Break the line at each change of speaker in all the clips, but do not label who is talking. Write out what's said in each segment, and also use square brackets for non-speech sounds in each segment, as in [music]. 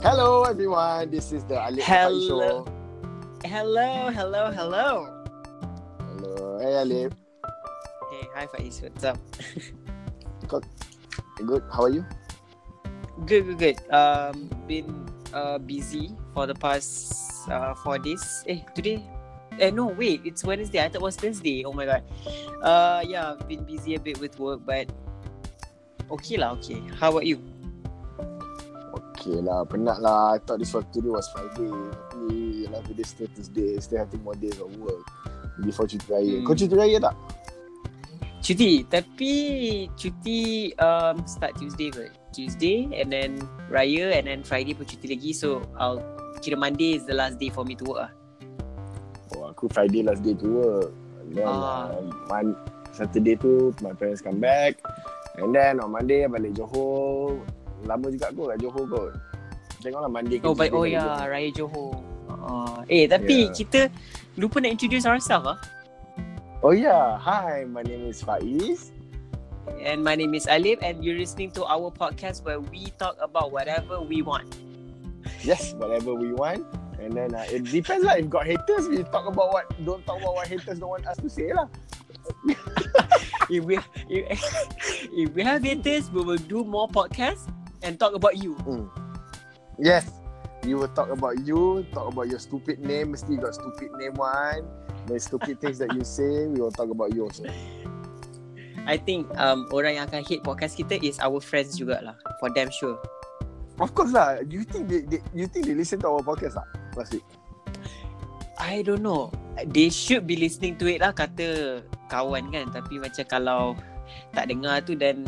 Hello, everyone. This is the Ali
Hello.
Show.
Hello, hello, hello.
Hello. Hey, Alif.
Hey, hi Faiz, what's up?
Good. How are you?
Good, good, good. Um, been uh busy for the past uh four days. Eh, today? Eh, no, wait, it's Wednesday. I thought it was Wednesday. Oh my god. Uh, yeah, I've been busy a bit with work, but okay lah, okay. How about you?
Okay lah. Penat lah. I thought this was today was Friday. Tapi yelah, today still Thursday. Still have two more days of work. Before cuti raya.
Hmm.
Kau cuti raya tak?
Cuti, tapi cuti um start Tuesday kot. Tuesday and then Raya and then Friday pun cuti lagi. So I'll kira Monday is the last day for me to work ah.
Oh, aku Friday last day to work. And then
Ah.
uh, mon- Saturday tu my parents come back. And then on Monday I balik Johor. Lama juga aku kat Johor kot. Tengoklah Monday ke
Oh,
Tuesday
by,
kan
oh
kat
ya,
Johor.
Raya Johor. Uh, eh, tapi
Yeah.
kita lupa nak introduce ourselves ah.
Oh yeah. Hi, my name is Faiz.
And my name is Alif and you're listening to our podcast where we talk about whatever we want. [laughs]
yes, whatever we want. And then uh, it depends lah. If got haters, we talk about what don't talk about what haters don't want us to say lah.
if we ha- if, [laughs] if we have haters, we will do more podcasts and talk about you.
Yes, we will talk about you, talk about your stupid name. Mesti you got stupid name one. The stupid things that you say, we will talk about you also.
I think um orang yang akan hate podcast kita is our friends jugalah. For damn sure.
Of course lah. You think they, they you think they listen to our podcast lah? Last week.
I don't know. They should be listening to it lah kata kawan kan. Tapi macam kalau tak dengar tu dan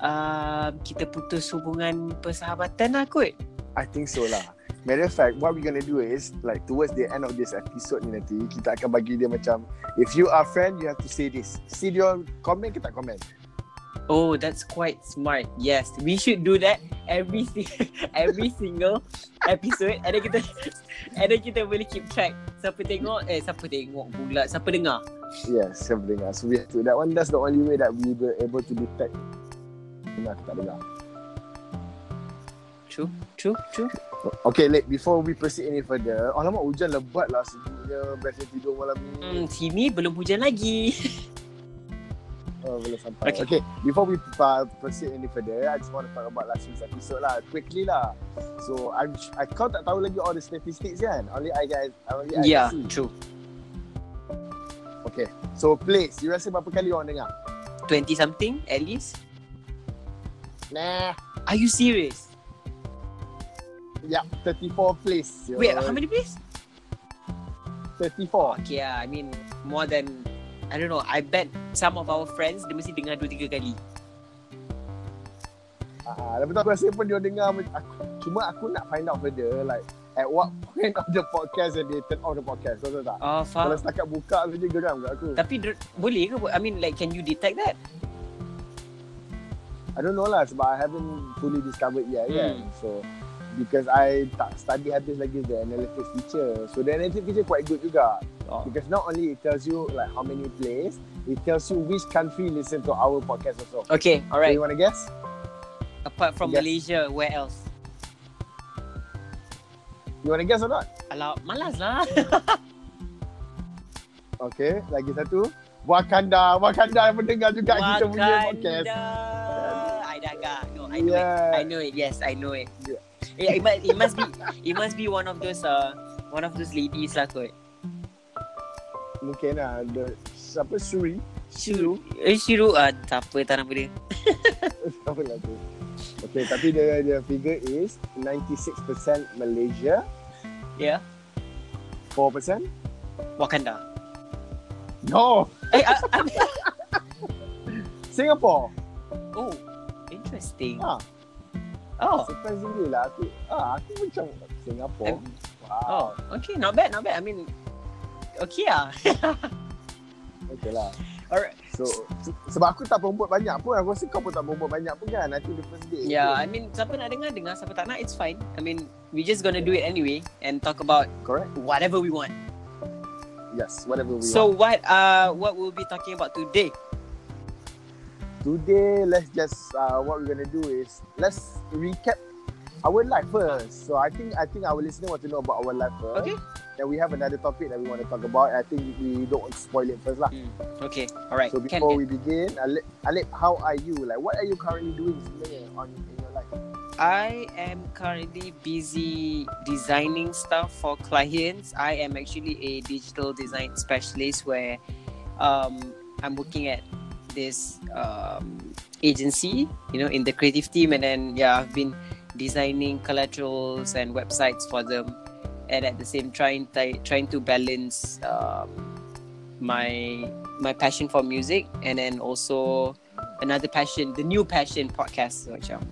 uh, kita putus hubungan persahabatan lah kot.
I think so lah. Matter of fact, what we're gonna do is like towards the end of this episode ni nanti kita akan bagi dia macam if you are friend you have to say this. See dia comment ke tak comment?
Oh, that's quite smart. Yes, we should do that every si- [laughs] every single episode. Ada kita [laughs] ada kita boleh keep track. Siapa tengok eh siapa tengok pula, siapa dengar.
Yes, siapa dengar. So, we have to, that one, that's the only way that we were able to detect dengar ke tak lah. dengar.
True, true, true.
Okay, like, before we proceed any further, alamak hujan lebat lah sejuknya, biasa tidur malam ni.
Hmm, sini belum hujan lagi.
Oh, belum sampai.
Okay.
Okay. before we uh, proceed any further, I just want to talk about last week's episode lah, quickly lah. So, I'm, I, kau tak tahu lagi all the statistics kan? Only I guys, only I
yeah,
see.
true.
Okay, so place, you rasa berapa kali orang dengar?
20 something at least.
Nah,
Are you serious?
yeah, 34 place.
Wait, how many please?
34.
Okay lah, I mean more than I don't know. I bet some of our friends dia mesti dengar 2 3 kali.
Ah, lepas tu aku rasa pun dia dengar mac- aku, cuma aku nak find out further like at what point of the podcast that they turn off the podcast kau tahu tak? Kalau
Oh, faham.
setakat buka saja geram kat aku.
Tapi dr- boleh ke? buat- I mean like can you detect that?
I don't know lah sebab I haven't fully discovered yet
Hmm.
kan. So because I tak study habis lagi the analytics feature. So the analytics feature quite good juga
Oh.
because not only it tells you like how many plays, it tells you which country listen to our podcast also.
Okay,
So
alright.
you want to guess?
Apart from
Yes.
Malaysia, where else?
You want to guess or not?
Alah, malas [laughs] lah.
Okay, lagi satu. Wakanda, Wakanda yang mendengar juga kita punya podcast.
I dah agak. No, I know it.
Yeah.
I know it. Yes, I know it.
Yeah.
Yeah, it must, it must be it must be one of those uh one of those ladies lah kot.
Mungkin lah the, Siapa Suri [laughs]
Shiru. Eh, Shiru. Ah, tak apa, tak nama dia.
Apa lah tu Okay tapi the, the figure is 96% Malaysia
Yeah.
4%
Wakanda.
No
Eh, I, I,
Singapore
oh, interesting.
Ah.
Oh,
Surprisingly lah aku ah, Aku macam Singapore
Eh,
Wow
oh, okay, not bad, not bad. I mean, okay ah. [laughs]
Okay lah
Alright.
So se- Sebab aku tak promote banyak pun Aku rasa kau pun tak promote banyak pun kan Nanti the first day
Yeah, I mean, siapa nak dengar dengar, siapa tak nak it's fine. I mean, we just gonna do it anyway and talk about
Correct
whatever we want.
Yes whatever we
so
want
what uh what we'll be talking about today?
Today let's just uh, What we're gonna do is Let's recap our life first. So I think I think our listener want to know about our life first.
Okay.
Then we have another topic that we want to talk about. I think we don't spoil it first lah.
Okay. Alright.
So
Can,
before
can.
we begin, Alip, Alip, how are you? Like, what are you currently doing sebenarnya on in your life?
I am currently busy designing stuff for clients. I am actually a digital design specialist where um, I'm working at this um, agency, you know, in the creative team, and then yeah, I've been designing collaterals and websites for them, and at the same trying ti- trying to balance um, my my passion for music and then also another passion, the new passion podcast, macam.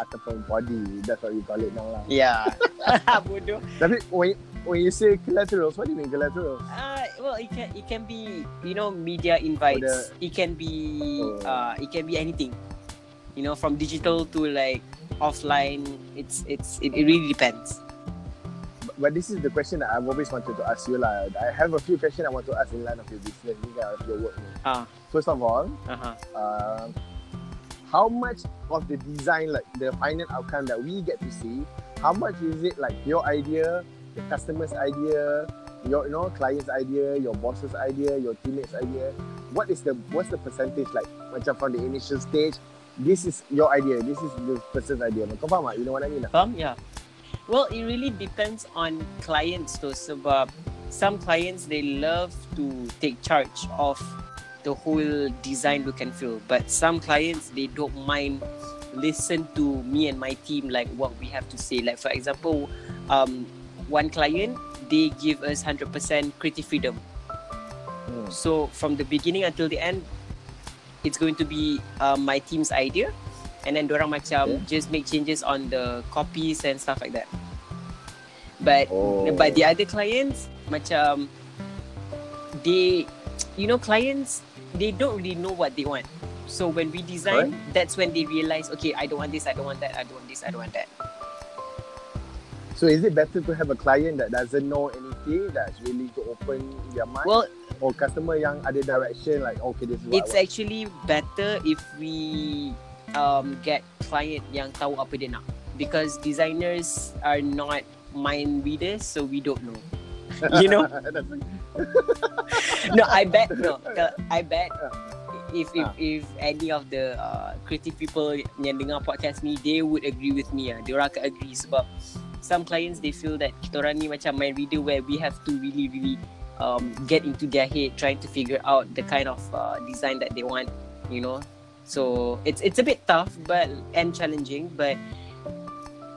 Ataupun body, that's what we call it now lah.
Yeah. [laughs] Bodoh.
Tapi when when you say collaterals, what do you mean collaterals?
Uh, well, it can it can be you know media invites.
Oh,
It can be
Oh.
uh, it can be anything. You know, from digital to like offline. It's it's it, it really depends.
But this is the question that I've always wanted to ask you lah. I have a few questions I want to ask in line of your business, in line of your work. ni.
Ah.
First of all,
Uh huh.
um, how much of the design, like the final outcome that we get to see, how much is it like your idea, the customer's idea, your you know client's idea, your boss's idea, your teammates' idea? What is the what's the percentage like? Macam from the initial stage, this is your idea, this is the person's idea. Kau faham tak? You know what I mean? lah?
Faham? Yeah. Well, it really depends on clients though sebab some clients they love to take charge of the whole design look and feel but some clients they don't mind listen to me and my team like what we have to say like for example um, one client they give us 100% creative freedom
Hmm.
so from the beginning until the end, it's going to be uh, my team's idea, and then dorang macam
Okay.
just make changes on the copies and stuff like that. But
Oh.
but the other clients macam they, you know, clients they don't really know what they want. So when we design, that's when they realize, okay, I don't want this, I don't want that, I don't want this, I don't want that.
So is it better to have a client that doesn't know anything, that's really to open their mind,
Well,
or customer yang ada direction like okay this is what I
it's
want?
actually better if we um, get client yang tahu apa dia nak because designers are not mind readers so we don't know [laughs] you know
[laughs] That's okay.
no i bet no Ke- i bet if if if any of the uh, creative people yang dengar podcast ni they would agree with me ah dia orang akan agree sebab some clients they feel that kita orang ni macam mind reader where we have to really really um, get into their head trying to figure out the kind of uh, design that they want you know so it's it's a bit tough but and challenging but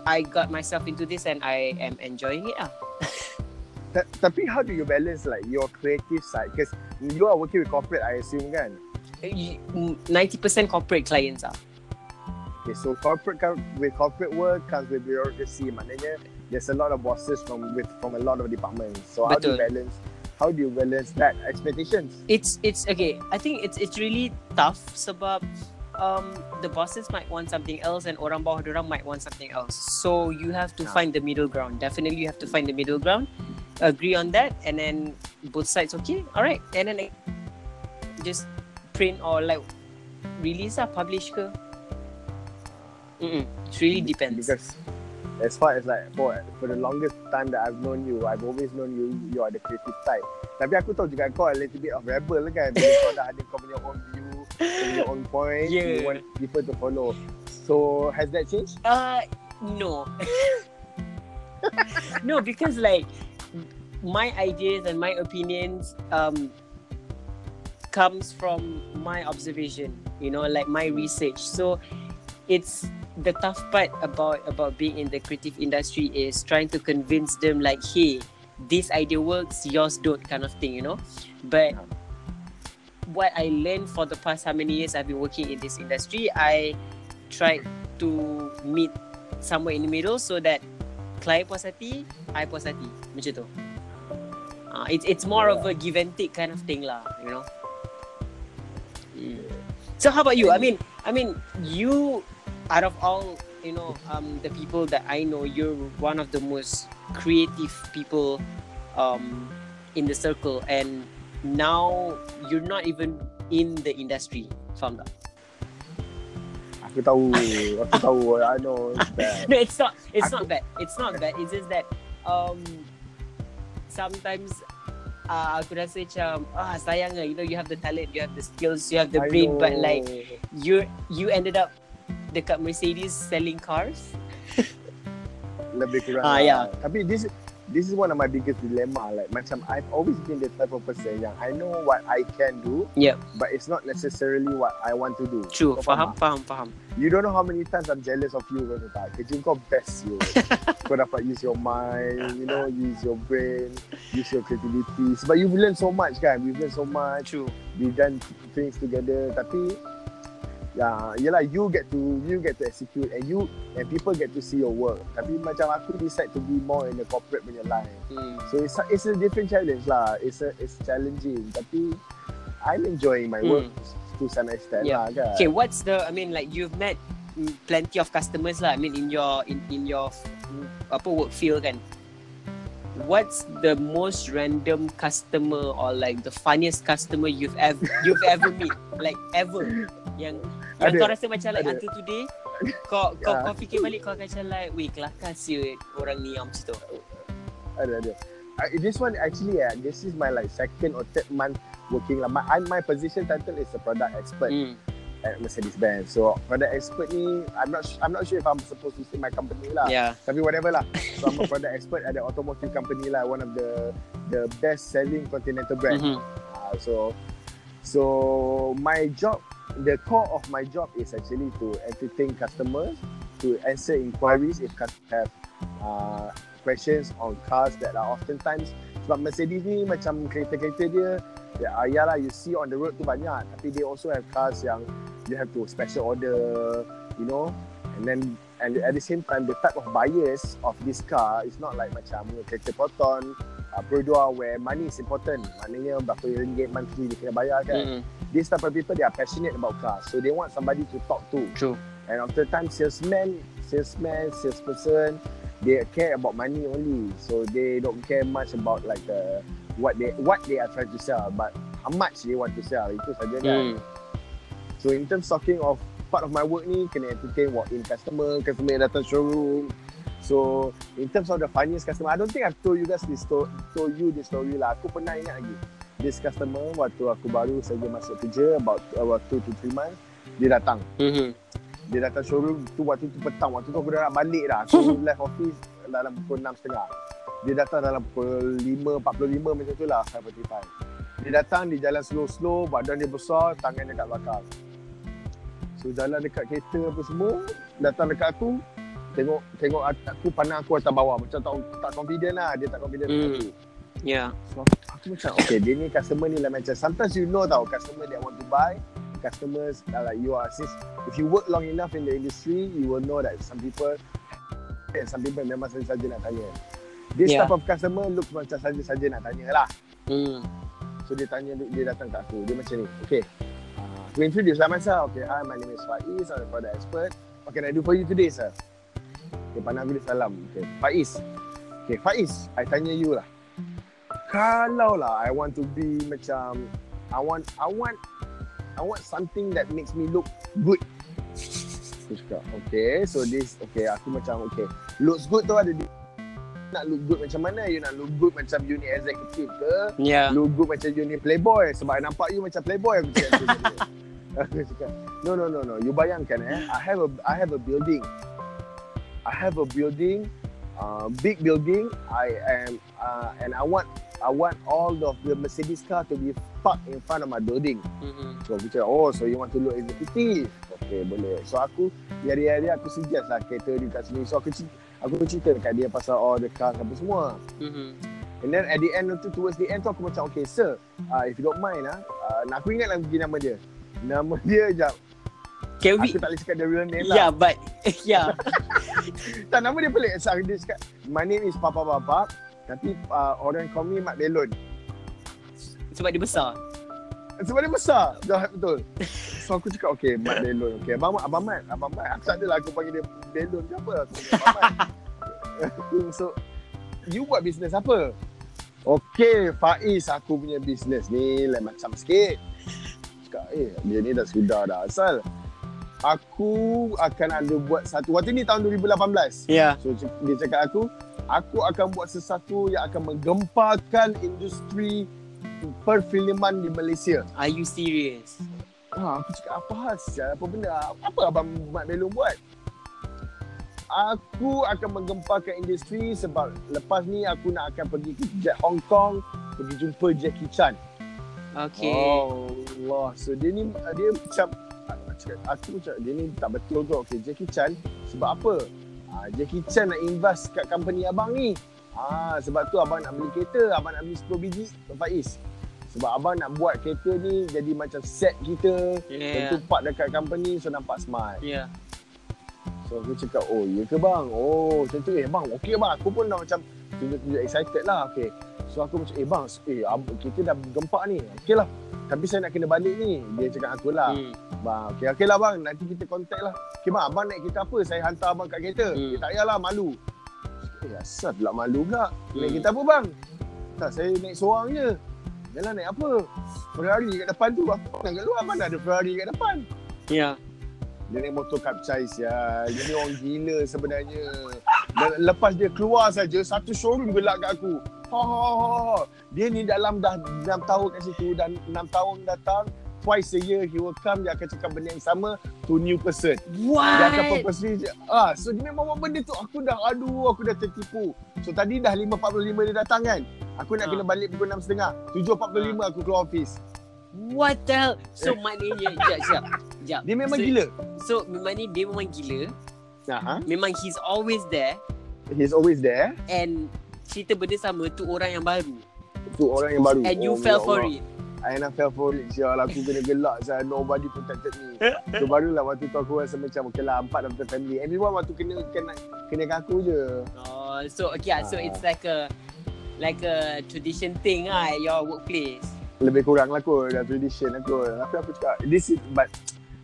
I got myself into this and I am enjoying it ah
Ta- tapi how do you balance like your creative side? Because you are working with corporate, I assume kan.
90% corporate clients ah
Okay, so corporate com- with corporate work comes with bureaucracy. Maknanya there's a lot of bosses from with from a lot of departments. So how do you
Betul.
balance? How do you balance that expectations?
it's it's okay. I think it's it's really tough sebab um, the bosses might want something else and orang bawah orang might want something else. So you have to
Yeah.
find the middle ground. Definitely you have to find the middle ground. Agree on that and then both sides okay. All right. And then like, just print or like release lah, publish ke. Mm-mm. It really depends.
Because as far as like for for the longest time that I've known you, I've always known you you are the creative type. Tapi aku tahu juga kau a little bit of rebel kan. Bila kau dah ada kau punya own view, kau punya own point, you
Yeah.
want people to follow. So has that changed?
Uh, no. no, because like my ideas and my opinions um comes from my observation, you know, like my research. So it's the tough part about about being in the creative industry is trying to convince them like, hey, this idea works, yours don't kind of thing, you know. But what I learned for the past how many years I've been working in this industry, I tried to meet somewhere in the middle so that client puas hati, I puas hati. Macam tu. Uh, it's it's more of a give and take kind of thing lah, you know. Mm. So how about you? I mean, I mean, you out of all you know um, the people that I know, you're one of the most creative people um, in the circle, and now you're not even in the industry. Faham tak?
Aku tahu. Aku tahu. I know. it's bad.
no, it's not. It's
Aku-
not bad. It's not bad. It's just that um sometimes uh, aku rasa macam ah sayang lah. You know, you have the talent, you have the skills, you have the
I
brain, but
know.
like you you ended up dekat Mercedes selling cars.
lebih kurang. lah.
Ah, yeah.
Tapi this this is one of my biggest dilemma. Like macam I've always been the type of person yang I know what I can do,
Yep.
but it's not necessarily what I want to do.
True.
Kau
Faham, faham, faham.
You don't know how many times I'm jealous of you kau tahu tak. Kerja kau best
[laughs]
you. kau dapat use your mind, you know, use your brain, use your creativity. Sebab you've learned so much kan. We've learned so much.
True.
We've done things together. Tapi Ya, yelah you get to you get to execute and you and people get to see your work. Tapi macam aku decide to be more in the corporate punya line.
Hmm.
So it's a, it's a different challenge lah. It's a, it's challenging tapi I'm enjoying my work
Hmm.
to some extent
Yeah.
lah kan.
Okay, what's the? I mean, like you've met mm, plenty of customers lah. I mean, in your in in your mm, apa work field kan. What's the most random customer or like the funniest customer you've ever you've
[laughs]
ever met, like ever? Yang yang
Ada.
kau rasa macam
Ada.
like
Ya.
until today, kau kau
Yeah.
kau fikir balik kau akan macam like, weh kelakar siut orang ni yang macam tu.
Ada ada. I, this one actually yeah, this is my like second or third month working lah. My I, my position title is a product expert
Hmm.
at Mercedes Benz. So product expert ni I'm not su- I'm not sure if I'm supposed to say my company lah.
Yeah.
Tapi whatever lah. So I'm a product expert at the automotive company lah, one of the the best selling continental brand.
Mhm.
Uh, so so my job the core of my job is actually to entertain customers to answer inquiries if customers have uh, questions on cars that are oftentimes sebab Mercedes ni macam kereta-kereta dia ya ah, yalah you see on the road tu banyak tapi they also have cars yang you have to special order you know and then and at the same time the type of buyers of this car is not like macam you know, kereta proton uh, Perdua where money is important maknanya berapa ringgit monthly dia kena bayar kan
Mhm.
these type of people they are passionate about cars so they want somebody to talk to
True.
and after time salesman salesman salesperson they care about money only so they don't care much about like uh, what they what they are trying to sell but how much they want to sell itu saja kan
Hmm.
so in terms talking of part of my work ni kena entertain walk in customer customer yang datang showroom so in terms of the funniest customer I don't think I've told you guys this sto- told you this story lah aku pernah ingat lagi this customer waktu aku baru saja masuk kerja about uh, waktu 2 to 3 months dia datang
Mhm.
dia datang showroom tu waktu tu petang waktu tu aku dah nak balik dah aku left office dalam pukul 6.30 dia datang dalam pukul 5.45 macam tu lah 5.45 dia datang dia jalan slow-slow badan dia besar tangan dia kat belakang so jalan dekat kereta apa semua datang dekat aku tengok tengok at- aku pandang aku atas bawah macam tak tak confident lah dia tak confident
Hmm.
hmm.
Yeah.
So aku, aku macam okay dia ni customer ni lah macam sometimes you know tau customer that want to buy customers are like you are since if you work long enough in the industry you will know that some people and some people memang saja-saja nak tanya. This
Yeah.
type of customer look macam saja-saja nak tanya lah.
Hmm.
So dia tanya dia datang kat aku dia macam ni. Okay. Uh, aku introduce lah masa. Okay, hi, my name is Faiz. I'm a product expert. What can I do for you today, sir? Dia pandang aku dia salam. Okay, Faiz. Okay, Faiz, I tanya you lah. Kalau lah I want to be macam I want I want I want something that makes me look good. Aku cakap, okay, so this, okay, aku macam, okay. Looks good tu ada di- nak look good macam mana? You nak look good macam you ni executive ke?
Yeah.
Lu good macam you ni playboy Sebab I nampak you macam playboy Aku cakap macam tu. Aku cakap No no no no You bayangkan eh I have a I have a building I have a building uh, Big building I am uh, And I want I want all of the Mercedes car To be parked in front of my building
Mhm.
So aku cakap Oh so you want to look executive Okay boleh So aku Di hari-hari aku suggest lah Kereta ni kat sini So aku cerita, aku cerita dekat dia Pasal all the cars apa semua
Mhm.
And then at the end tu, towards the end tu aku macam, okay sir, uh, if you don't mind ah, uh, nak aku ingat lagi nama dia. Nama [laughs] dia jap.
Can we?
Aku tak boleh cakap the real name
Yeah,
lah.
but [laughs] yeah.
Tak, nama dia pelik. So, dia cakap, my name is Papa Bapa. Tapi uh, orang call me Mak Belon.
Sebab dia besar.
Sebab dia besar. Dah betul. So aku cakap, okay Mak Belon. Okay, Abang Mat, Abang Mat, Abang Mat. Aku tak adalah aku panggil dia Belon ke apa. Aku panggil Abang Mat. so, you buat bisnes apa? Okay, Faiz aku punya bisnes ni lain macam sikit. Cakap, eh, dia ni dah sudah dah asal. aku akan ada buat satu waktu ni tahun 2018
Yeah.
So c- dia cakap aku, aku akan buat sesuatu yang akan menggemparkan industri perfilman di Malaysia.
Are you serious?
Ha, aku cakap apa hal sial? Apa benda? Apa abang Mat Belum buat? Aku akan menggemparkan industri sebab lepas ni aku nak akan pergi ke Jet Hong Kong pergi jumpa Jackie Chan.
Okay.
Oh, Allah. So dia ni dia macam aku cakap, aku macam dia ni tak betul tu. Okay, Jackie Chan sebab apa? Ah, Jackie Chan nak invest kat company abang ni. Ah, sebab tu abang nak beli kereta, abang nak beli 10 biji Faiz. Sebab abang nak buat kereta ni jadi macam set kita. Yeah.
Yeah.
Tentu part dekat company so nampak smart.
Yeah.
So aku cakap Oh ya ke bang Oh macam tu Eh bang okey bang Aku pun dah macam Tunjuk-tunjuk excited lah Okay So aku macam Eh bang Eh ab- kita dah gempak ni Okey lah Tapi saya nak kena balik ni Dia cakap aku lah
Hmm.
Bang okey okay lah bang Nanti kita contact lah Okey bang abang naik kereta apa Saya hantar abang kat kereta
Hmm.
eh, Tak payahlah malu Eh asal pula malu pula Naik
Hmm.
kereta apa bang Tak saya naik seorang je Yalah naik apa Ferrari kat depan tu Aku nak kat luar Mana ada Ferrari kat depan
Yeah.
dia naik motor kapcai sial. Dia ni orang gila sebenarnya. Dan lepas dia keluar saja satu showroom gelak kat aku. Ha ha ha. ha. Dia ni dalam dah 6 tahun kat situ dan 6 tahun datang twice a year he will come dia akan cakap benda yang sama to new person. Dia akan
What?
purposely je- ah so dia memang buat benda tu aku dah aduh aku dah tertipu. So tadi dah 5.45 dia datang kan. Aku nak
Ha.
kena balik pukul 6.30. 7.45 aku keluar office.
What the hell? So maknanya Sekejap Sekejap Sekejap.
Dia memang
so,
gila.
So maknanya dia memang gila
Nah, ha?
Memang he's always there
He's always there
And Cerita benda sama Tu orang yang baru
tu orang yang baru.
And
Oh,
you
ya
fell for
Allah.
it
I nak fell for it Sial aku kena gelak Sial nobody protected me So barulah waktu tu aku rasa macam Okay lah empat dalam family Everyone waktu kena Kena, kena kat aku je
oh, So okay ah. So
Ah.
it's like a Like a tradition thing ah At your workplace
Lebih kurang lah kot Dah tradition lah kot Tapi aku cakap This is but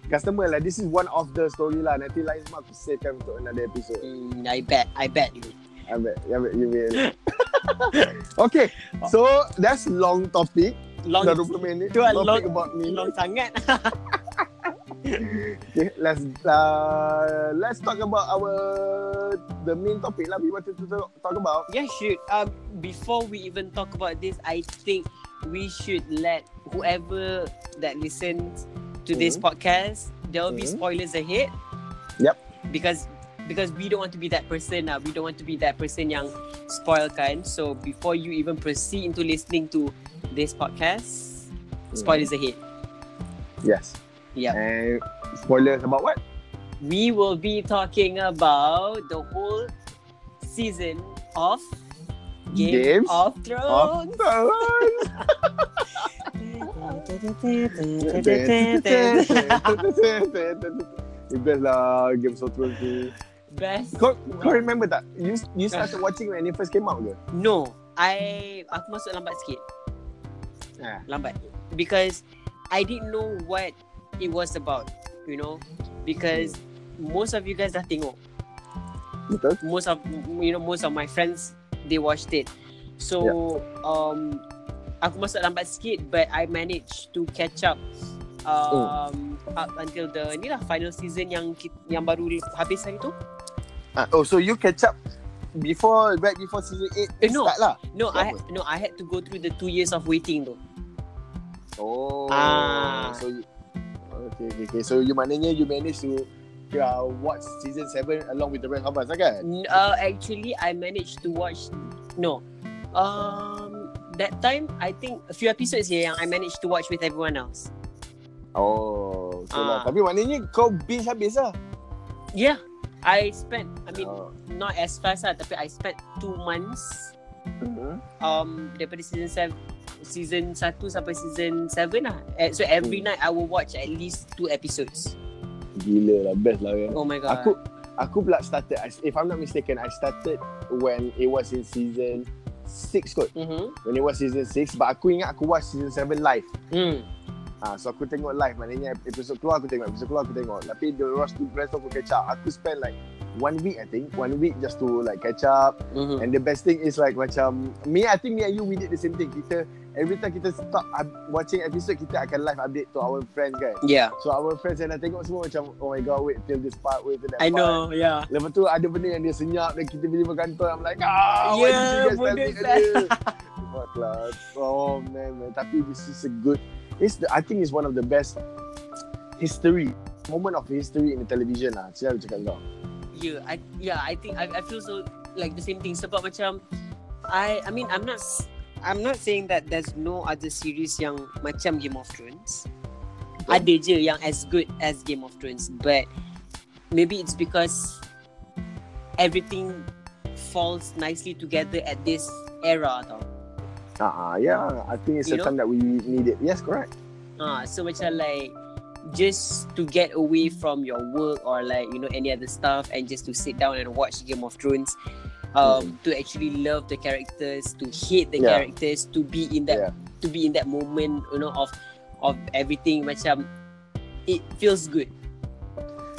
Customer lah This is one of the story lah Nanti lain semua aku savekan Untuk another episode
mm, I bet I bet you
I bet, I bet you
[laughs]
will Okay So that's long topic
Long
Dah 20 minit
tu lah
Topic
long-
about me
Long sangat
Okay, let's uh, let's talk about our the main topic lah we wanted to talk talk about.
Yeah, shoot. Um, before we even talk about this, I think we should let whoever that listens to this
Mhm.
podcast, there will be
Mhm.
spoilers ahead.
Yep.
Because because we don't want to be that person. Uh, we don't want to be that person yang spoil kan. So before you even proceed into listening to this podcast,
Mm-hmm.
spoilers ahead.
Yes.
Yeah.
And spoilers about what?
We will be talking about the whole season of Game
Games
of Thrones.
Best lah Game of Thrones ni
[laughs] Best.
Kau, kau remember tak? You, you started watching when it first came out ke?
No, I aku masuk lambat sikit.
Ah.
Lambat. Because I didn't know what it was about, you know? Because most of you guys dah tengok.
Betul?
Most of you know most of my friends they watched it. So um aku masuk lambat sikit but I managed to catch up um up until the ni lah final season yang ki- yang baru habis hari tu.
Ah, oh, so you catch up before, right before season 8
Eh, no.
start lah?
No,
Ke
I no, I had to go through the two years of waiting tu.
Oh.
Ah.
So you, okay, okay, okay. So you maknanya you manage to uh, watch season 7 along with the rest of us lah kan?
N- Uh, actually, I managed to watch. No, um, that time I think a few episodes here yang I managed to watch with everyone else.
Oh. So lah.
Ah.
Tapi maknanya kau binge habis lah.
Yeah, I spent. I mean,
Oh.
not as fast lah, tapi I spent two months.
Mhm.
Um, daripada season seven, season satu sampai season seven lah. Eh, So every
Hmm.
night I will watch at least two episodes.
Gila lah. Best lah kan?
Oh my god.
Aku aku pula started I- if I'm not mistaken I started when it was in season 6 kot
Mhm.
when it was season 6 but aku ingat aku watch season 7 live
Mm.
ha, so aku tengok live maknanya episod keluar aku tengok episod keluar aku tengok tapi the rest, the rest of aku catch up aku spend like one week I think, one week just to like catch up.
Mm-hmm.
And the best thing is like macam me, I think me and you we did the same thing. Kita every time kita stop up, watching episode kita akan live update to our friends kan.
Yeah.
So our friends yang dah tengok semua macam oh my god wait till this part wait till that
I
part.
know. Yeah.
Lepas tu ada benda yang dia senyap dan kita pergi berkantor I'm like ah why did
Yeah,
you guys tell
Ya, benda
me
tu.
earlier?"
[laughs]
Fuck lah oh man man tapi this is a good it's the, I think it's one of the best history moment of history in the television lah Saya cakap kau
Yeah. I yeah. I think I, I feel so like the same thing. Sebab macam I I mean I'm not s- I'm not saying that there's no other series yang macam Game of Thrones. Ada je yang as good as Game of Thrones, but maybe it's because everything falls nicely together at this era tau.
ah ah, yeah I think it's a
You know?
time that we need it yes correct
Ah, so macam like just to get away from your work or like you know any other stuff and just to sit down and watch Game of Thrones. Um, to actually love the characters, to hate the
Yeah.
characters, to be in that
yeah
to be in that moment, you know, of of everything macam it feels good.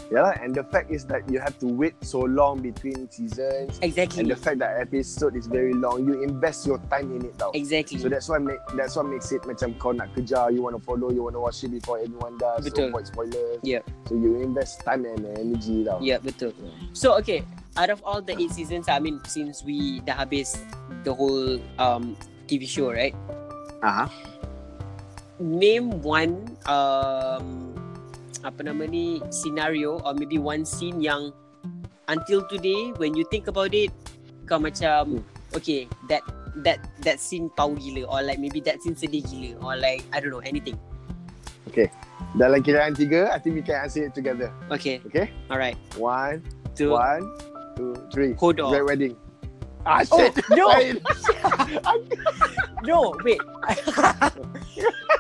yeah lah. and the fact is that you have to wait so long between seasons
Exactly.
and the fact that episode is very long you invest your time in it tau
exactly.
So that's why make, that's what makes it macam kau nak kejar, you want to follow, you want to watch it before everyone does.
Betul.
So avoid spoilers.
Yep.
So you invest time and energy tau.
yeah, betul.
Yeah.
So okay, out of all the eight seasons, I mean since we dah habis the whole um TV show, right?
Aha.
name one um, apa nama ni scenario or maybe one scene yang until today when you think about it kau macam okay that that that scene pau gila or like maybe that scene sedih gila or like I don't know anything
Dalam kiraan tiga, I think we can answer it together.
okay
Okay?
alright
One,
so
one, two, three.
Hodor.
Red Wedding. Ah,
oh
shit.
[laughs] no
Lain.
no
[laughs]
wait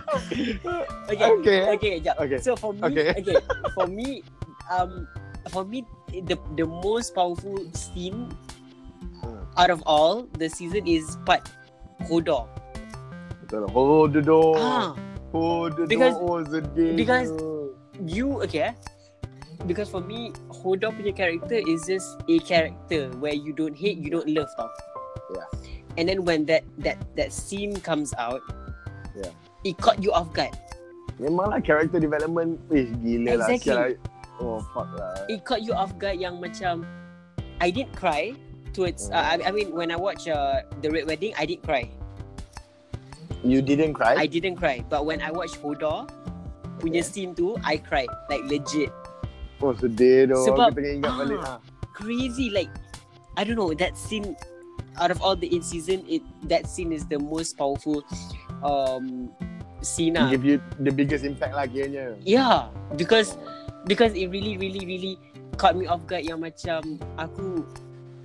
okay
Okay.
okay jap.
Okay.
So for me, okay,
Okay.
for me, um, for me, the the most powerful scene
Hmm.
out of all the season is part Hodor.
Betul. Hold the door.
Ah,
Hold the
Because-
door. Oh, sedih.
because- you okay? eh? Because for me, Hodor punya character is just a character where you don't hate, you don't love, tau.
Yeah.
And then when that that that scene comes out,
Yeah.
it caught you off guard.
Memanglah character development. Eh, gila lah. sial.
Exactly.
Oh, fuck lah.
it caught you off guard yang macam I didn't cry towards uh, I, I mean when I watch uh, the Red Wedding I didn't cry
You didn't
I
cry?
didn't cry but when I watch Hodor punya
Okay.
scene tu I cried like legit
Oh, sedih doh.
Sebab-
Aku tengah ingat balik. Ah.
Ah. crazy like I don't know that scene out of all the eight season it that scene is the most powerful um scene
It
lah.
give you the biggest impact lah kiranya.
yeah because because it really really really caught me off guard yang macam aku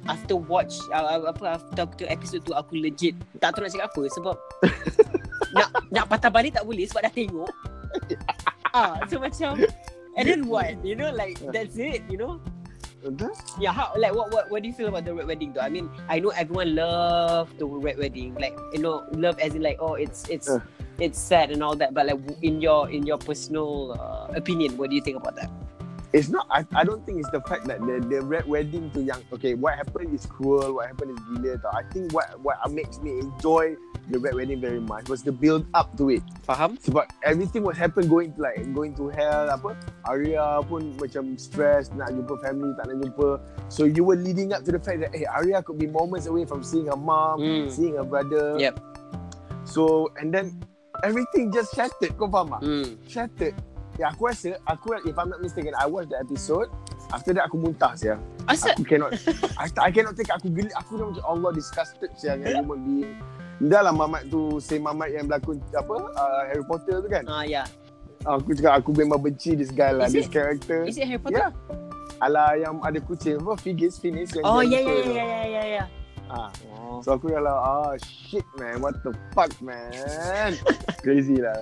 after watch uh, uh, apa after, after episode tu aku legit tak tahu nak cakap apa sebab nak nak patah balik tak boleh sebab dah tengok ah so macam and then what you know like that's it you know
Betul?
yeah how like what what what do you feel about the red wedding though i mean i know everyone love the red wedding like you know love as in like oh it's it's
Uh.
it's sad and all that but like w- in your in your personal uh, opinion what do you think about that
It's not. I, I don't think it's the fact that the the red wedding to yang okay. What happened is cruel. What happened is gila. Tau. I think what what makes me enjoy the red wedding very much was the build up to it.
faham
Sebab everything was happen going to like going to hell apa. Arya pun macam stress nak jumpa family tak nak jumpa. So you were leading up to the fact that hey Arya could be moments away from seeing her mom,
Mm.
seeing her brother.
Yep.
So and then everything just shattered. Kau faham tak?
Mm.
shattered. Ya, aku rasa, aku if I'm not mistaken, I watched the episode. After that aku muntah sia.
Asal?
Aku cannot I, I cannot take aku geli aku dah macam Allah disgusted sia dengan human being. Dah lah mamat tu Same mamat yang berlakon Apa uh, Harry Potter tu kan
Ah, yeah.
Aku cakap aku memang benci This guy lah This
Is it-
character
Is it Harry Potter?
Yeah Alah yang ada kucing Apa Figgis Finis yang
Oh,
dia
yeah,
lupa
yeah,
tu.
yeah, yeah, yeah, yeah.
Ah.
Oh.
So aku dah lah Ah shit man What the fuck [laughs] man Crazy lah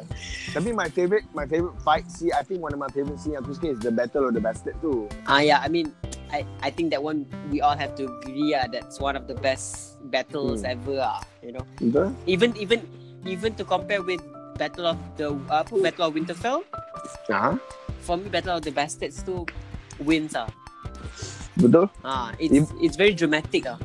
Tapi my favourite My favourite fight scene I think one of my favourite scene Yang aku suka Is the battle of the bastard tu
Ah, yeah. I mean, I, I think that one we all have to agree. Ah, that's one of the best battles
Hmm.
ever. Ah, you know,
Betul?
even even even to compare with Battle of the apa Battle of Winterfell,
Aha.
for me Battle of the Bastards tu wins ah.
Betul?
Ah, it's it's very dramatic ah.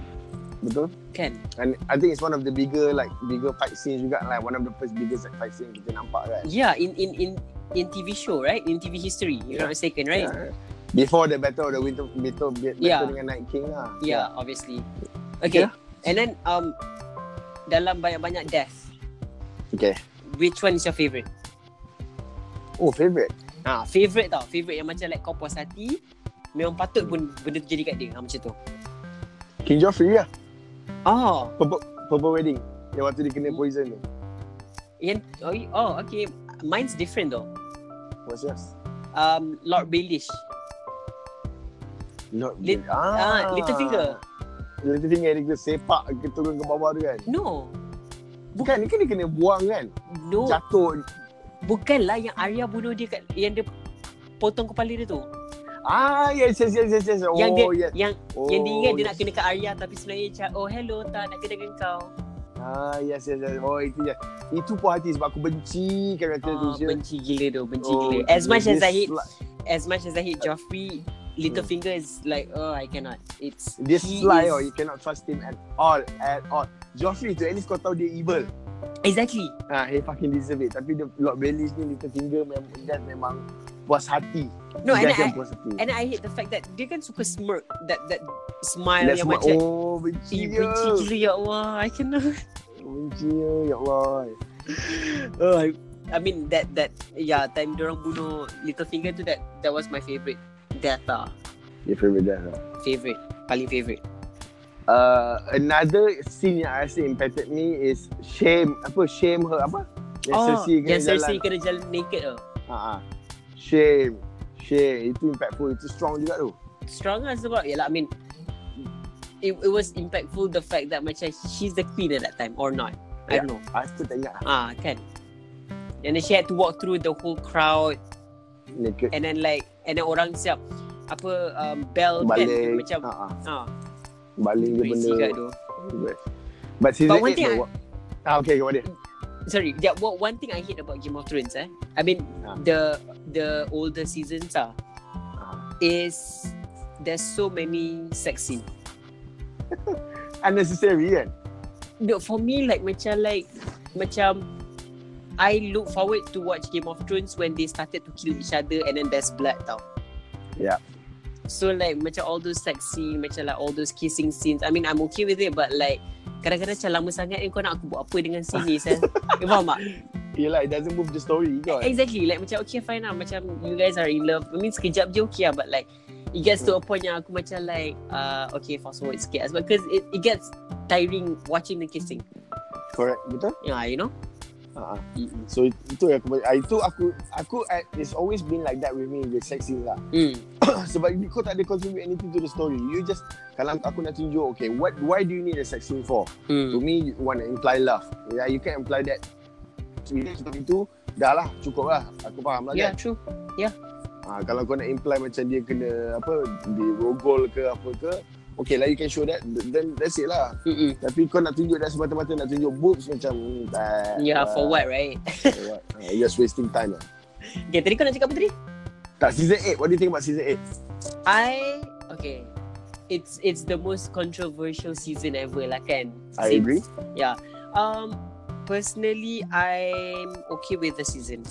Betul?
Kan?
And I think it's one of the bigger like bigger fight scenes juga like one of the first biggest like, fight scene kita nampak kan.
Yeah, in in in in TV show, right? In TV history, if
Yeah.
not mistaken, right?
Yeah. Before the Battle of the Winter Battle, battle
Yeah.
dengan Night King lah.
Yeah, obviously. Okay.
Yeah.
And then um dalam banyak-banyak death,
Okay.
which one is your favorite?
Oh, favorite.
Ah, favorite tau. Favorite yang macam like kau puas hati, memang patut pun benda tu jadi kat dia. Ha, macam tu.
King Joffrey lah.
Oh,
Purple, Purple Wedding. Yang waktu dia kena poison tu.
yang oh, y- oh okay. Mine's different though.
What's yours?
Um, Lord Baelish.
Not
Lit- ah, Littlefinger.
Littlefinger dia kena sepak ke turun ke bawah tu kan.
No,
Bukan, ni kan dia kena buang kan.
no.
Jatuh.
Bukanlah yang Arya bunuh dia kat yang dia potong kepala dia tu.
Ah, yes, yes, yes, yes. yes. Oh,
yang dia
yes.
yang
Oh,
yang dia ingat dia nak
yes.
kena kat Arya tapi sebenarnya macam oh hello tak nak kena dengan kau.
Ah, yes, yes, yes. Oh, itu yes. Itu puas hati sebab aku benci karakter tu.
Ah,
Syul.
benci gila tu, benci
Oh,
gila. As much as
dia
I hate
sla-
as much as I hate Joffrey, Littlefinger is like oh I cannot. It's
Dia
he
sly
is-
oh, you cannot trust him at all, at all. Joffrey tu at least kau tahu dia evil.
Exactly.
Ah, he fucking deserve it. Tapi dia Lord Baelish ni Littlefinger memang dia memang puas hati.
No, and
dia
I,
puas hati.
and I hate the fact that dia kan suka smirk that that smile
That's
yang
my
macam
oh benci
"Eh,
dia.
benci gila ya Allah. I cannot.
Benci dia, ya Allah.
Oh, I, I mean that that yeah time orang bunuh Littlefinger tu that that was my favorite death lah.
Dia favorite dah. lah.
Favorite paling favorite.
Uh, another scene yang I rasa impacted me is shame apa shame her apa? Yang Cersei kena
Oh, yang Cersei
jalan.
kena jalan naked oh. tu.
Ha ah. Shame. Shame. Itu impactful. Itu strong juga tu.
Strong lah sebab yalah I mean it, it was impactful the fact that macam she's the queen at that time or not. I don't know.
Aku tak ingat lah.
Ah kan. And then she had to walk through the whole crowd
Naked.
and then like and then orang siap apa um, bell kan
Balik.
macam
Ha ah.
ah
Balik dia
crazy
benda.
kat tu.
But season
But one
eight
thing
though, what- Ah, okay, okay, what dia?
sorry yeah, what one thing I hate about Game of Thrones eh I mean
Ah.
the the older seasons ah is there's so many sex scene
Unnecessary kan?
no, for me like macam like macam I look forward to watch Game of Thrones when they started to kill each other and then there's blood tau
Yeah.
so like macam all those sex scene macam like all those kissing scenes I mean I'm okay with it but like kadang-kadang macam lama sangat eh, kau nak aku buat apa dengan sini saya you faham tak
Yelah, it doesn't move the story kot.
Exactly Like macam okay fine lah Macam you guys are in love I mean sekejap je okay lah But like It gets to a point yang aku macam like uh, Okay fast forward sikit lah Sebab cause it, it gets tiring Watching the kissing
Correct, betul?
Yeah you know
Ha ah. So it- itu yang aku ah, itu aku aku I- it's always been like that with me with sex scenes lah. [coughs]
mm.
Sebab you- kau tak ada contribute anything to the story. You just kalau aku nak tunjuk okay, what why do you need a sex scene for? To
Mm.
me you want to imply love. Yeah, you can imply that. Bila cukup itu dah lah cukup lah. Aku faham lah yeah.
Yeah
kan.
true
Ha, kalau kau nak imply macam dia kena apa dirogol ke apa ke, okay lah you can show that then that's it lah.
Mm-mm.
Tapi kau nak tunjuk dah semata-mata nak tunjuk boobs macam hmm, tak.
Yeah
lah.
for what right
For what? Ha, you're just wasting time lah.
Okay tadi kau nak cakap apa tadi
Tak, season 8. What do you think about season 8?
I Okay It's it's the most controversial season ever lah kan
I
Since-
agree.
Um Personally I'm okay with the season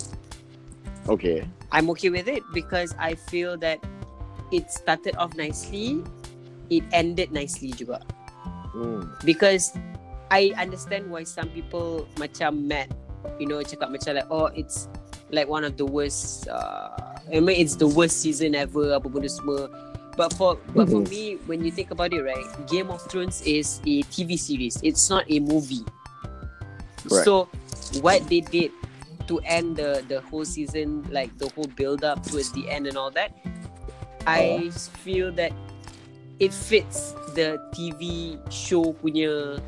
Okay.
I'm okay with it because I feel that it started off nicely, it ended nicely juga.
Hmm.
Because I understand why some people macam mad, you know, cakap macam like, oh, it's like one of the worst. Uh, I mean, it's the worst season ever. Apa benda semua. But for but for
Mhm.
me, when you think about it, right, Game of Thrones is a TV series. It's not a movie.
Correct.
So what they did to end the the whole season, like the whole build up towards the end and all that,
Oh.
I feel that it fits the TV show punya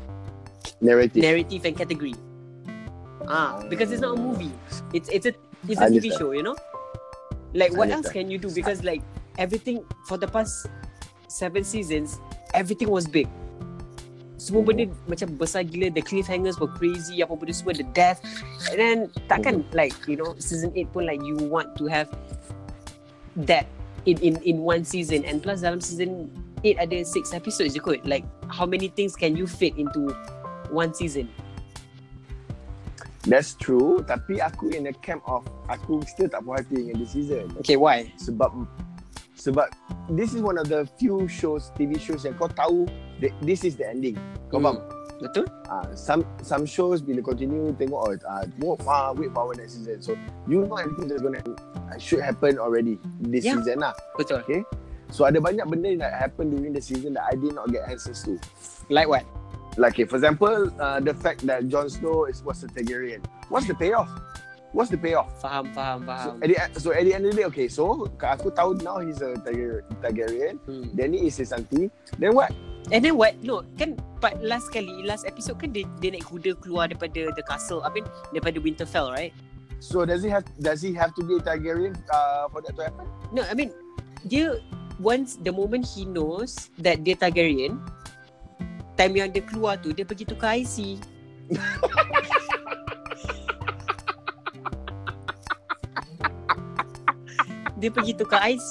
Narrative.
narrative and category. Ah, because it's not a movie. It's it's a it's
I
a TV
understand.
show, you know. Like what else
Understand.
can you do? Because like everything for the past seven seasons, everything was big.
Mhm.
Semua benda macam besar gila The cliffhangers were crazy Apa benda semua The death And then Mhm. Takkan like You know Season 8 pun like You want to have That in in in one season and plus dalam season 8 ada 6 episodes je kot like how many things can you fit into one season
That's true Tapi aku in the camp of Aku still tak puas hati dengan this season
okay why
Sebab Sebab This is one of the few shows TV shows yang kau tahu that This is the ending Kau faham?
Hmm. betul
Ah, some some shows bila continue tengok oh, uh, wait, uh, wait for our next season so you know everything that's gonna uh, should happen already this
Yeah.
season lah
betul
so ada banyak benda yang happen during the season that I did not get answers to
like what
like okay, for example uh, the fact that Jon Snow is was a Targaryen what's the payoff what's the payoff
faham faham
so,
faham
at the, so at the end of the day okay so aku tahu now he's a Targar- Targaryen
hmm.
Danny is his auntie then what
And then what? No, kan part last kali, last episode kan dia, dia naik kuda keluar daripada the castle. I mean, daripada Winterfell, right?
so does he have does he have to be a Targaryen uh, for that to happen
No, I mean, dia once the moment he knows that dia Targaryen, time yang dia keluar tu, dia pergi tukar IC. [laughs] dia pergi tukar IC.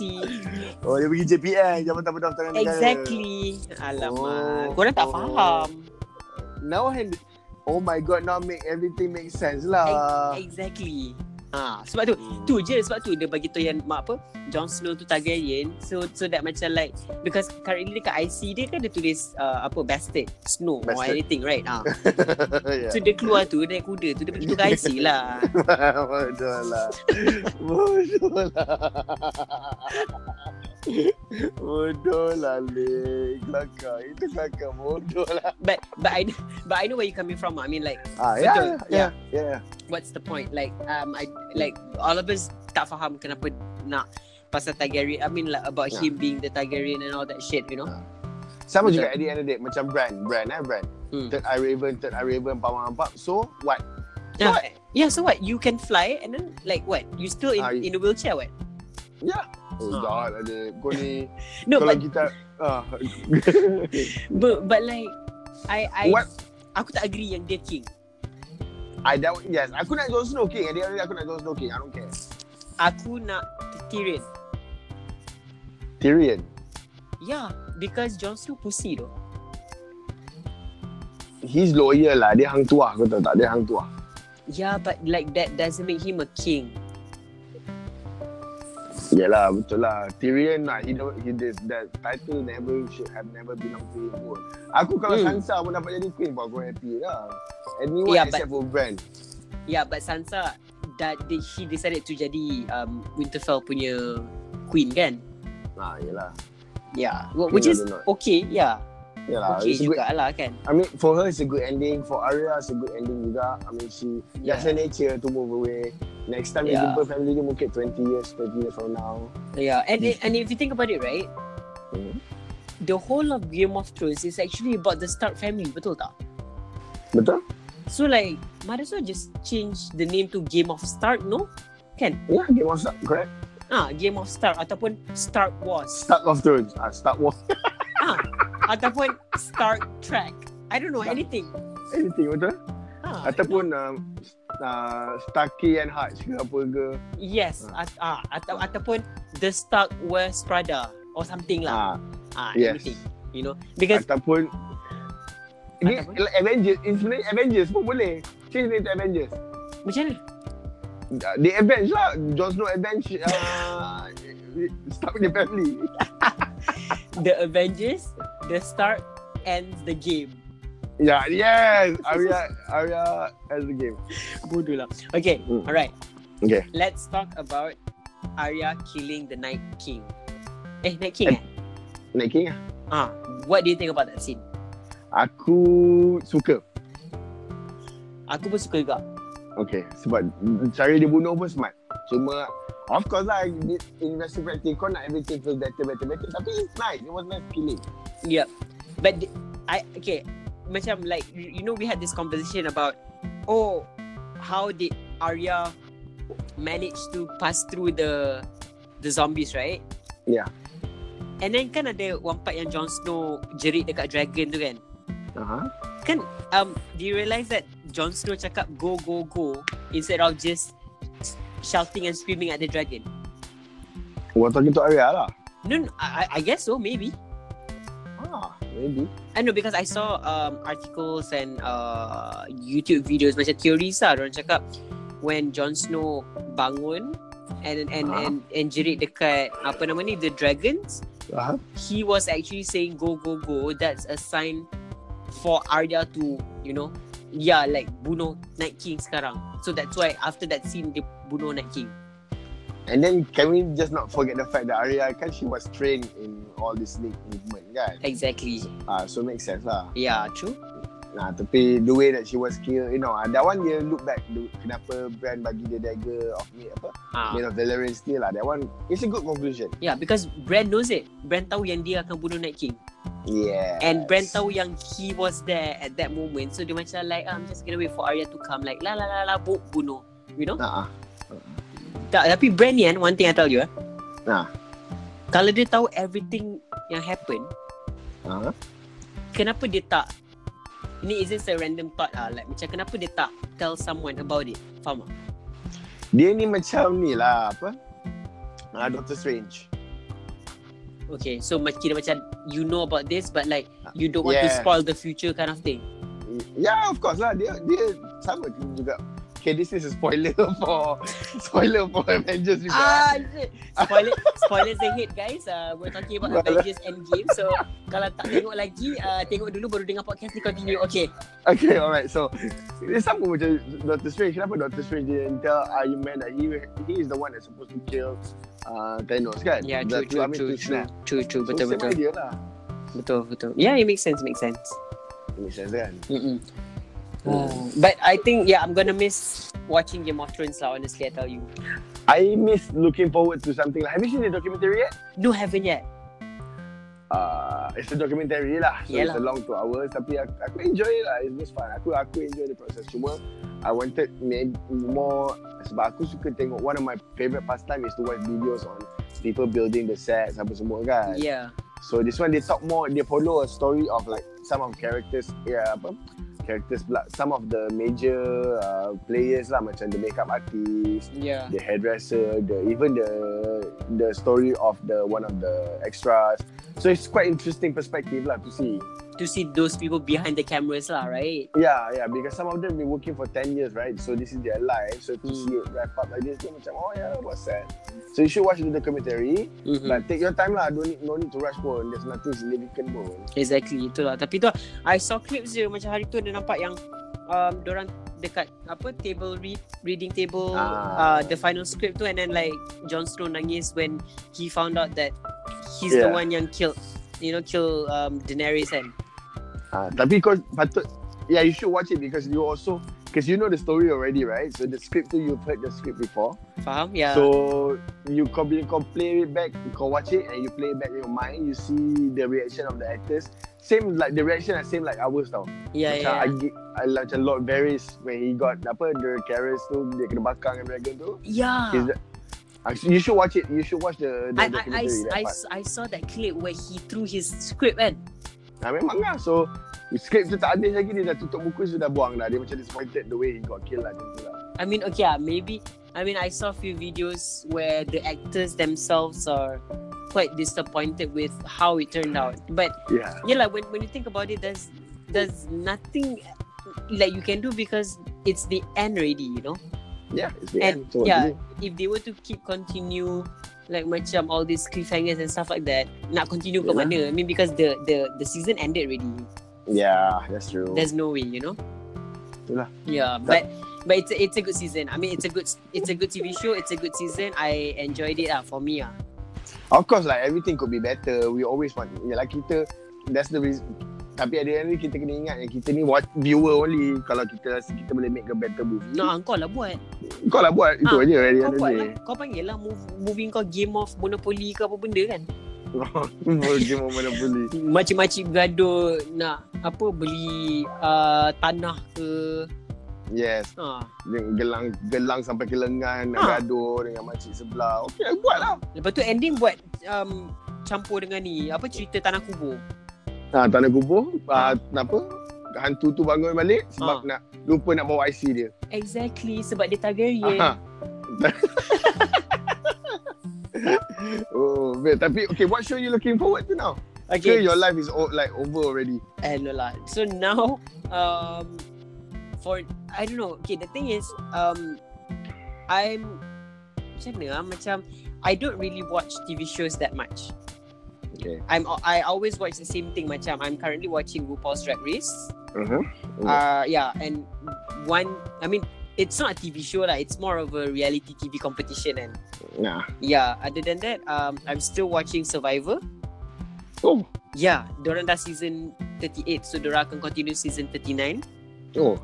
Oh dia pergi JPN Jabatan Pendaftaran Negara
Exactly. Alamak.
Oh.
Korang tak faham.
Now hand Oh my god now make everything make sense lah
Exactly. Ah, sebab tu tu je sebab tu dia bagi tahu yang mak apa Jon Snow tu Targaryen so so that macam like because currently dekat IC dia kan dia tulis uh, apa bastard Snow bastard. or
Bastard.
anything right
[laughs] [laughs]
ah
yeah.
so dia keluar tu dia naik kuda tu dia pergi tukar IC lah
[laughs] Bodoh lah Bodoh lah Bodoh lah Le Kelakar Itu kelakar Bodoh lah
but but I but I know where you coming from I mean like
ah, ya. yeah,
Betul, Ya. yeah.
yeah, yeah, yeah.
what's the point like um I like all of us tak faham kenapa nak pasal Targaryen I mean like about
Yeah.
him being the Targaryen and all that shit you know
Sama
Betul.
juga at the end of the day Macam brand Brand eh brand
Hmm.
Third Eye Raven Third Eye Raven Pawang Ampak So what
yeah. yeah so what you can fly and then like what you still in,
Ah, you-
in a wheelchair what
Yeah
Hmm.
Oh god lah Le Kau
[laughs]
ni
no
Kalau
but
kita ah, [laughs]
But but like I I
What?
aku tak agree yang dia king.
I doubt yes. Aku nak Jon Snow King. At the end of the day, aku nak Jon Snow King. I don't care.
Aku nak Tyrion.
Tyrion.
Yeah, Ya, because Jon Snow pussy tu.
He's loyal lah. Dia hang tuah. Kau tahu tak? Dia hang tuah.
Yeah, Ya, but like that doesn't make him a king.
Yelah, betul lah. Tyrion lah. He, don't, he does, that title never should have never belong to him pun. Aku kalau
Hmm.
Sansa pun dapat jadi queen pun aku happy lah. Anyone yeah,
Yeah, but-
except for Bran.
Yeah, Ya, but Sansa that he decided to jadi um, Winterfell punya queen kan?
Ha, yelah.
Yeah, Wh- which is
Queen or not.
okay. Yeah,
Yelah. Ah,
okay
it's a good,
jugalah kan.
I mean, for her, it's a good ending. For Arya, it's a good ending juga. I mean, she...
Yeah,
That's her nature to move away. Next time
Yeah.
yeah. you jumpa family dia mungkin 20 years, 30 years from now.
yeah. Ya, And it- and if you think about it, right?
Hmm.
The whole of Game of Thrones is actually about the Stark family, betul tak?
Betul?
So like, might as well just change the name to Game of Stark, no? Kan?
Yeah, Ya, Game of Thrones. Correct.
Ah, Game of Stark ataupun Stark Wars.
Stark of Thrones. Ah, Stark War.
ah, ataupun Stark Trek. I don't know
Stark.
anything.
Anything betul?
Ah,
Ataupun uh, uh, Starkey and Hutch ke apa ke.
yes, at, ah, ata- ataupun The Stark Wars Prada or something lah.
Ah,
Ah,
yes.
anything. You know, because
ataupun ini
Ataupun?
Avengers, ini sebenarnya Avengers pun boleh. Change name to Avengers.
macam mana?
Uh, They avenge lah. Jon Snow avenge [laughs] uh, Stark the family.
The Avengers, The Stark and the game.
Yeah, Ya, yes. Arya, Arya as the game.
Bodoh lah. Okay,
Hmm.
alright.
Okay.
Let's talk about Arya killing the Night King. Eh, Night King eh?
Night King lah.
Ah, what do you think about that scene?
Aku suka.
Aku pun suka juga.
Okay, sebab cara dia bunuh pun smart. Cuma, of course lah, di- in Western practice, kau nak everything feel better, better, better. Tapi it's nice. It was nice killing.
Yeah. But the- I okay, macam like you you know we had this conversation about oh how did Arya manage to pass through the the zombies, right?
Yeah.
And then kan ada one part yang Jon Snow jerit dekat dragon tu kan.
Uh-huh.
Um, do you realise that Jon Snow cakap go go go instead of just shouting and screaming at the dragon?
We're talking to Arya lah.
No, no I, I- I guess so. Maybe.
Ah, maybe.
I know because I saw um, articles and uh, YouTube videos macam theories lah. Orang cakap when Jon Snow bangun and and
Ah.
and and jerit dekat apa nama ni the dragons,
Aha.
he was actually saying go go go. That's a sign for Arya to you know yeah like bunuh Night King sekarang. So that's why after that scene dia bunuh Night King.
And then can we just not forget the fact that Arya kan she was trained in all this snake movement kan?
Eh. Exactly.
Ah, so makes sense lah.
Yeah, true.
Nah, tapi the way that she was killed, you know, ah, that one dia look back the, kenapa Bran bagi dia dagger of me apa?
Ah.
Maid of Valerian still lah. That one it's a good conclusion.
Yeah, because Bran knows it. Bran tahu yang dia akan bunuh Night King.
Yeah.
And Bran tahu yang he was there at that moment. So dia macam like, "Ah, I'm just gonna wait for Arya to come. Like, la la la la, bu- bunuh. You know?
Nah, ah.
Tak, tapi Bran ni kan, one thing I tell you eh.
Nah.
Kalau dia tahu everything yang happen,
Ah.
kenapa dia tak ini is just a random thought lah. Like, macam kenapa dia tak tell someone about it? Faham tak?
Dia ni macam ni lah apa? Ah, Doctor Strange.
Okay, so ma- kira macam you know about this but like you don't want to
Yeah.
spoil the future kind of thing.
Yeah, of course lah. Dia dia sama juga. Okay, this is a spoiler [laughs] for spoiler for Avengers juga.
Ah, shit. spoiler, spoilers ahead guys. Uh, we're talking about
Well.
Avengers Endgame. So kalau tak tengok lagi, uh, tengok dulu baru dengar podcast ni continue. Okay.
Okay, alright. So, dia sama macam Doctor Strange. Kenapa Doctor Strange didn't tell Iron Man that he he is the one that's supposed to kill uh, Thanos kan?
Yeah,
The I
Ya, true, true,
mean,
true,
to
true,
snap.
true, true.
So,
Betul,
same
betul,
idea lah.
betul, betul. Yeah, it makes sense, makes sense.
Makes sense kan?
Mm-mm. Oh. But I think yeah, I'm gonna miss watching Game of Thrones lah. Honestly, I tell you.
I miss looking forward to something like, have you seen the documentary yet?
No, haven't yet.
Uh, it's a documentary lah. So
Yalah.
it's a long two hours. Tapi aku, aku enjoy it lah. It's just fun. Aku aku enjoy the process. Cuma I wanted maybe more sebab aku suka tengok one of my favourite pastime is to watch videos on people building the sets apa semua kan.
Yeah.
So this one they talk more they follow a story of like some of characters yeah apa characters pula some of the major uh, players lah macam the makeup artist
Yeah.
the hairdresser, the even the the story of the one of the extras. So it's quite interesting perspective lah to see.
To see those people behind the cameras lah, right?
Yeah, yeah, Ya, because some of them been working for 10 years, right? So this is their life. So to
Hmm.
see it wrap up like this, dia macam, oh yeah, what's that? So you should watch the documentary,
Mm-hmm.
but take your time lah. Don't need, no need to rush pun. There's nothing significant pun.
Exactly itulah Tapi tu I saw clips je Macam hari tu dia nampak yang um, Diorang dekat Apa table read Reading table
Ah.
uh, The final script tu And then like Jon Snow nangis When he found out that He's the
Yeah.
one yang killed You know kill um, Daenerys kan
Ah, tapi kau patut, yeah, you should watch it because you also, because you know the story already, right? So the script tu, you've heard the script before.
Faham? Ya. Yeah
So you kau bila kau play it back, kau watch it and you play it back in your mind, you see the reaction of the actors. Same like the reaction are same like ours tau.
yeah,
macam
yeah.
I, gi- I, macam Lord Varys when he got apa the Karis tu dia kena bakar dengan dragon tu.
Yeah,
Is that, actually, you should watch it. You should watch the, the
Ya. I, I, I,
documentary. that
I,
part.
I saw that clip where he threw his script kan
Ah, memang lah. So script tu tak habis lagi dia dah tutup buku sudah buang dah. Dia macam disappointed the way he got killed lah. macam tu lah.
I mean, okay, ah, maybe. I mean, I saw a few videos where the actors themselves are quite disappointed with how it turned out. But
Yeah.
yeah, like when, when you think about it, there's there's nothing like you can do because it's the end already. You know,
Yeah. It's the
And-
end. So, what
yeah.
to do?
if they were to keep continue like macam all these cliffhangers and stuff like that, nak continue ke
Yeah.
mana? I mean, because the the the season ended already.
Yeah, that's true.
There's no way, you know.
Itulah.
Yeah, but but it's a, it's a good season. I mean, it's a good it's a good TV show. It's a good season. I enjoyed it ah for me ah.
Of course like everything could be better. We always want yalah kita that's the reason tapi ada yang ni kita kena ingat yang kita ni watch, viewer only kalau kita rasa kita boleh make a better movie.
No, ah, kau lah buat.
Kau lah buat itu
Ah,
aja hari
Kau
hari
buat
ni. [laughs]
lah. Kau panggil lah mov- movie kau Game of Monopoly ke apa benda kan.
Game of Monopoly.
Macam-macam bergaduh nak apa beli uh, tanah ke.
Yes,
Ha.
Dia gelang gelang sampai ke lengan nak
Ah.
gaduh dengan makcik sebelah. Okey, buat lah.
Lepas tu ending buat um, campur dengan ni apa cerita tanah kubur.
Ha, tanah kubur, ha. kenapa? Hantu tu bangun balik sebab
Ah.
nak lupa nak bawa IC dia.
Exactly sebab dia Targaryen.
Aha. [laughs] oh, man. Tapi, okay, what show you looking forward to now? Sure,
Okay.
your life is o- like over already.
Hello lah. So now, um, for I don't know. Okay, the thing is, um, I'm macam mana? ah? Macam I don't really watch TV shows that much.
Okay.
I'm I always watch the same thing. Macam I'm currently watching RuPaul's Drag Race.
Uh-huh. Oh.
Uh, yeah, and one. I mean, it's not a TV show lah. It's more of a reality TV competition. And
Nah.
yeah, other than that, um, I'm still watching Survivor.
Oh.
Yeah, dorang dah season 38 so dorang akan continue season 39.
Oh.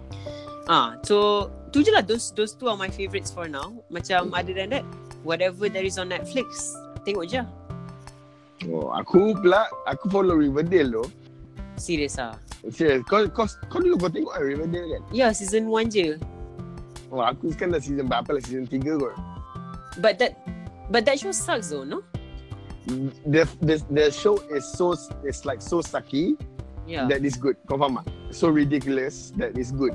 Ah, so tu je lah those those two are my favorites for now. Macam other than that, whatever that is on Netflix, tengok je.
Oh, aku pula, aku follow Riverdale tu.
Serius ah.
Serius, kau, kau, kau dulu kau tengok kan Riverdale kan?
Yeah, season 1 je.
Oh, aku sekarang dah season berapa lah, season 3 kot.
But that but that show sucks though, no?
The, the, the show is so, it's like so sucky
Yeah.
that is good. Kau faham tak? So ridiculous that is good.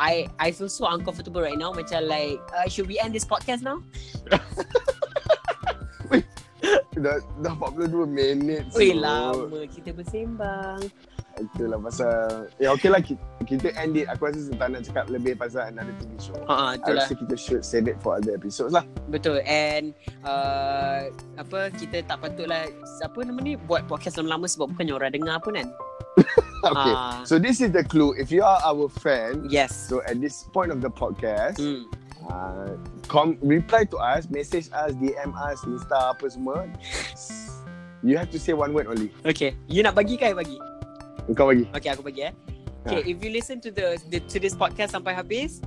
I I feel so uncomfortable right now. Macam like, uh, should we end this podcast now?
Dah, dah 42 minit.
Weh lama kita bersembang.
Itulah pasal, ya okay lah, kita, kita end it. Aku rasa tak nak cakap lebih pasal another TV show.
Ha ah,
I
itulah.
rasa kita should save it for other episodes lah.
Betul and uh, apa kita tak patutlah apa nama ni buat podcast lama-lama sebab bukannya orang dengar pun kan.
Okay.
Ah,
So this is the clue. If you are our fan,
yes.
so at this point of the podcast,
Hmm.
uh, com- reply to us, message us, DM us, Insta apa semua. You have to say one word only.
Okay, you nak bagi ke I bagi?
Kau bagi. [laughs]
Okay, aku bagi eh. Okay, if you listen to the, the to this podcast sampai habis,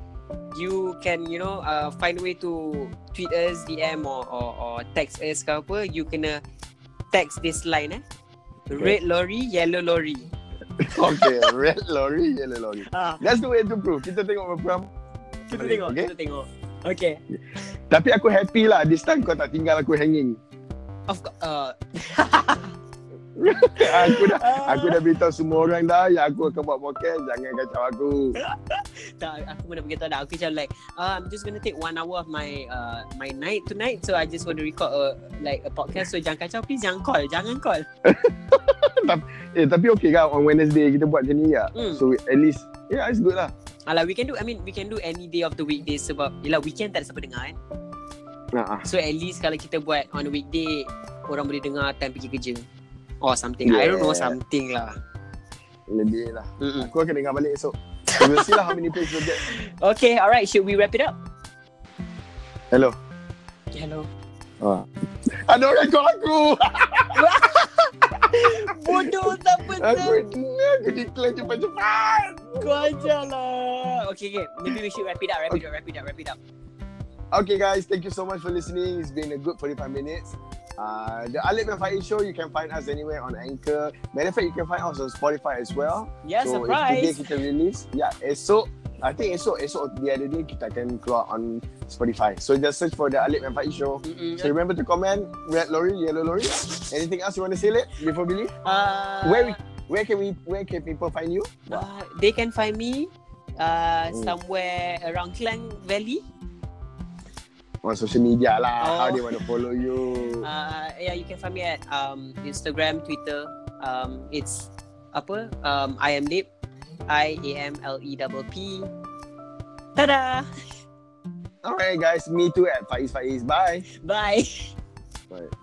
you can you know uh, find a way to tweet us, DM or or, or text us ke apa. You kena text this line eh.
Okay.
Red lorry, yellow lorry.
Okay, red lorry, yellow lorry.
Ah,
That's the way to prove. Kita tengok program.
kita tengok,
Okay.
kita tengok. Okay,
Tapi aku happy lah. This time kau tak tinggal aku hanging. [laughs]
of course. Uh,
aku dah
ah,
aku dah beritahu semua orang dah yang aku akan buat podcast. Jangan kacau aku.
tak, aku pernah beritahu dah. Aku macam like, uh, I'm just gonna take one hour of my uh, my night tonight. So I just want to record a, like a podcast. So jangan kacau, please jangan call, jangan call.
Eh, tapi okay kan on Wednesday kita buat macam ni ya.
Hmm.
So at least yeah, it's good lah.
Alah, Ah, we can do, I mean, we can do any day of the weekday sebab, yelah, weekend tak ada siapa dengar kan.
Nah, ah.
So, at least kalau kita buat on a weekday, orang boleh dengar time pergi kerja. Or something. I don't know,
Yeah.
something lah.
lebih lah.
Mm-mm.
[laughs] Aku akan dengar balik esok. We will see lah how many plays we'll get.
Okay, alright, should we wrap it up?
Hello.
Hello.
Ah. Ada orang call aku.
Bodoh tak
Aku
betul.
aku declare cepat-cepat.
Kau ajar lah. Okay, okay. Maybe we should wrap it up, wrap it up, wrap it up, wrap it up.
Okay guys, thank you so much for listening. It's been a good 45 minutes. Uh, the Alip and Faiz show, you can find us anywhere on Anchor. Matter of fact, you can find us on Spotify as well.
Yeah,
so if
surprise.
today kita release, yeah, esok, I think esok, esok the other day kita akan keluar on Spotify. So just search for the Alip and Faiz show.
Mm-mm.
So remember to comment, red lorry, yellow lorry. Anything else you want to say, Lip, before we leave?
Uh,
Where we, where can we, where can people find you?
uh, they can find me uh,
Mm.
somewhere around Klang Valley.
On social media lah,
Oh.
how they want to follow
[laughs]
you.
Uh, yeah, you can find me at um, Instagram, Twitter. Um, it's apa? Um, I am Lip. I A M L E double P. Tada! Uh.
All right, guys, me too at Faiz Faiz. Bye.
Bye.
Bye.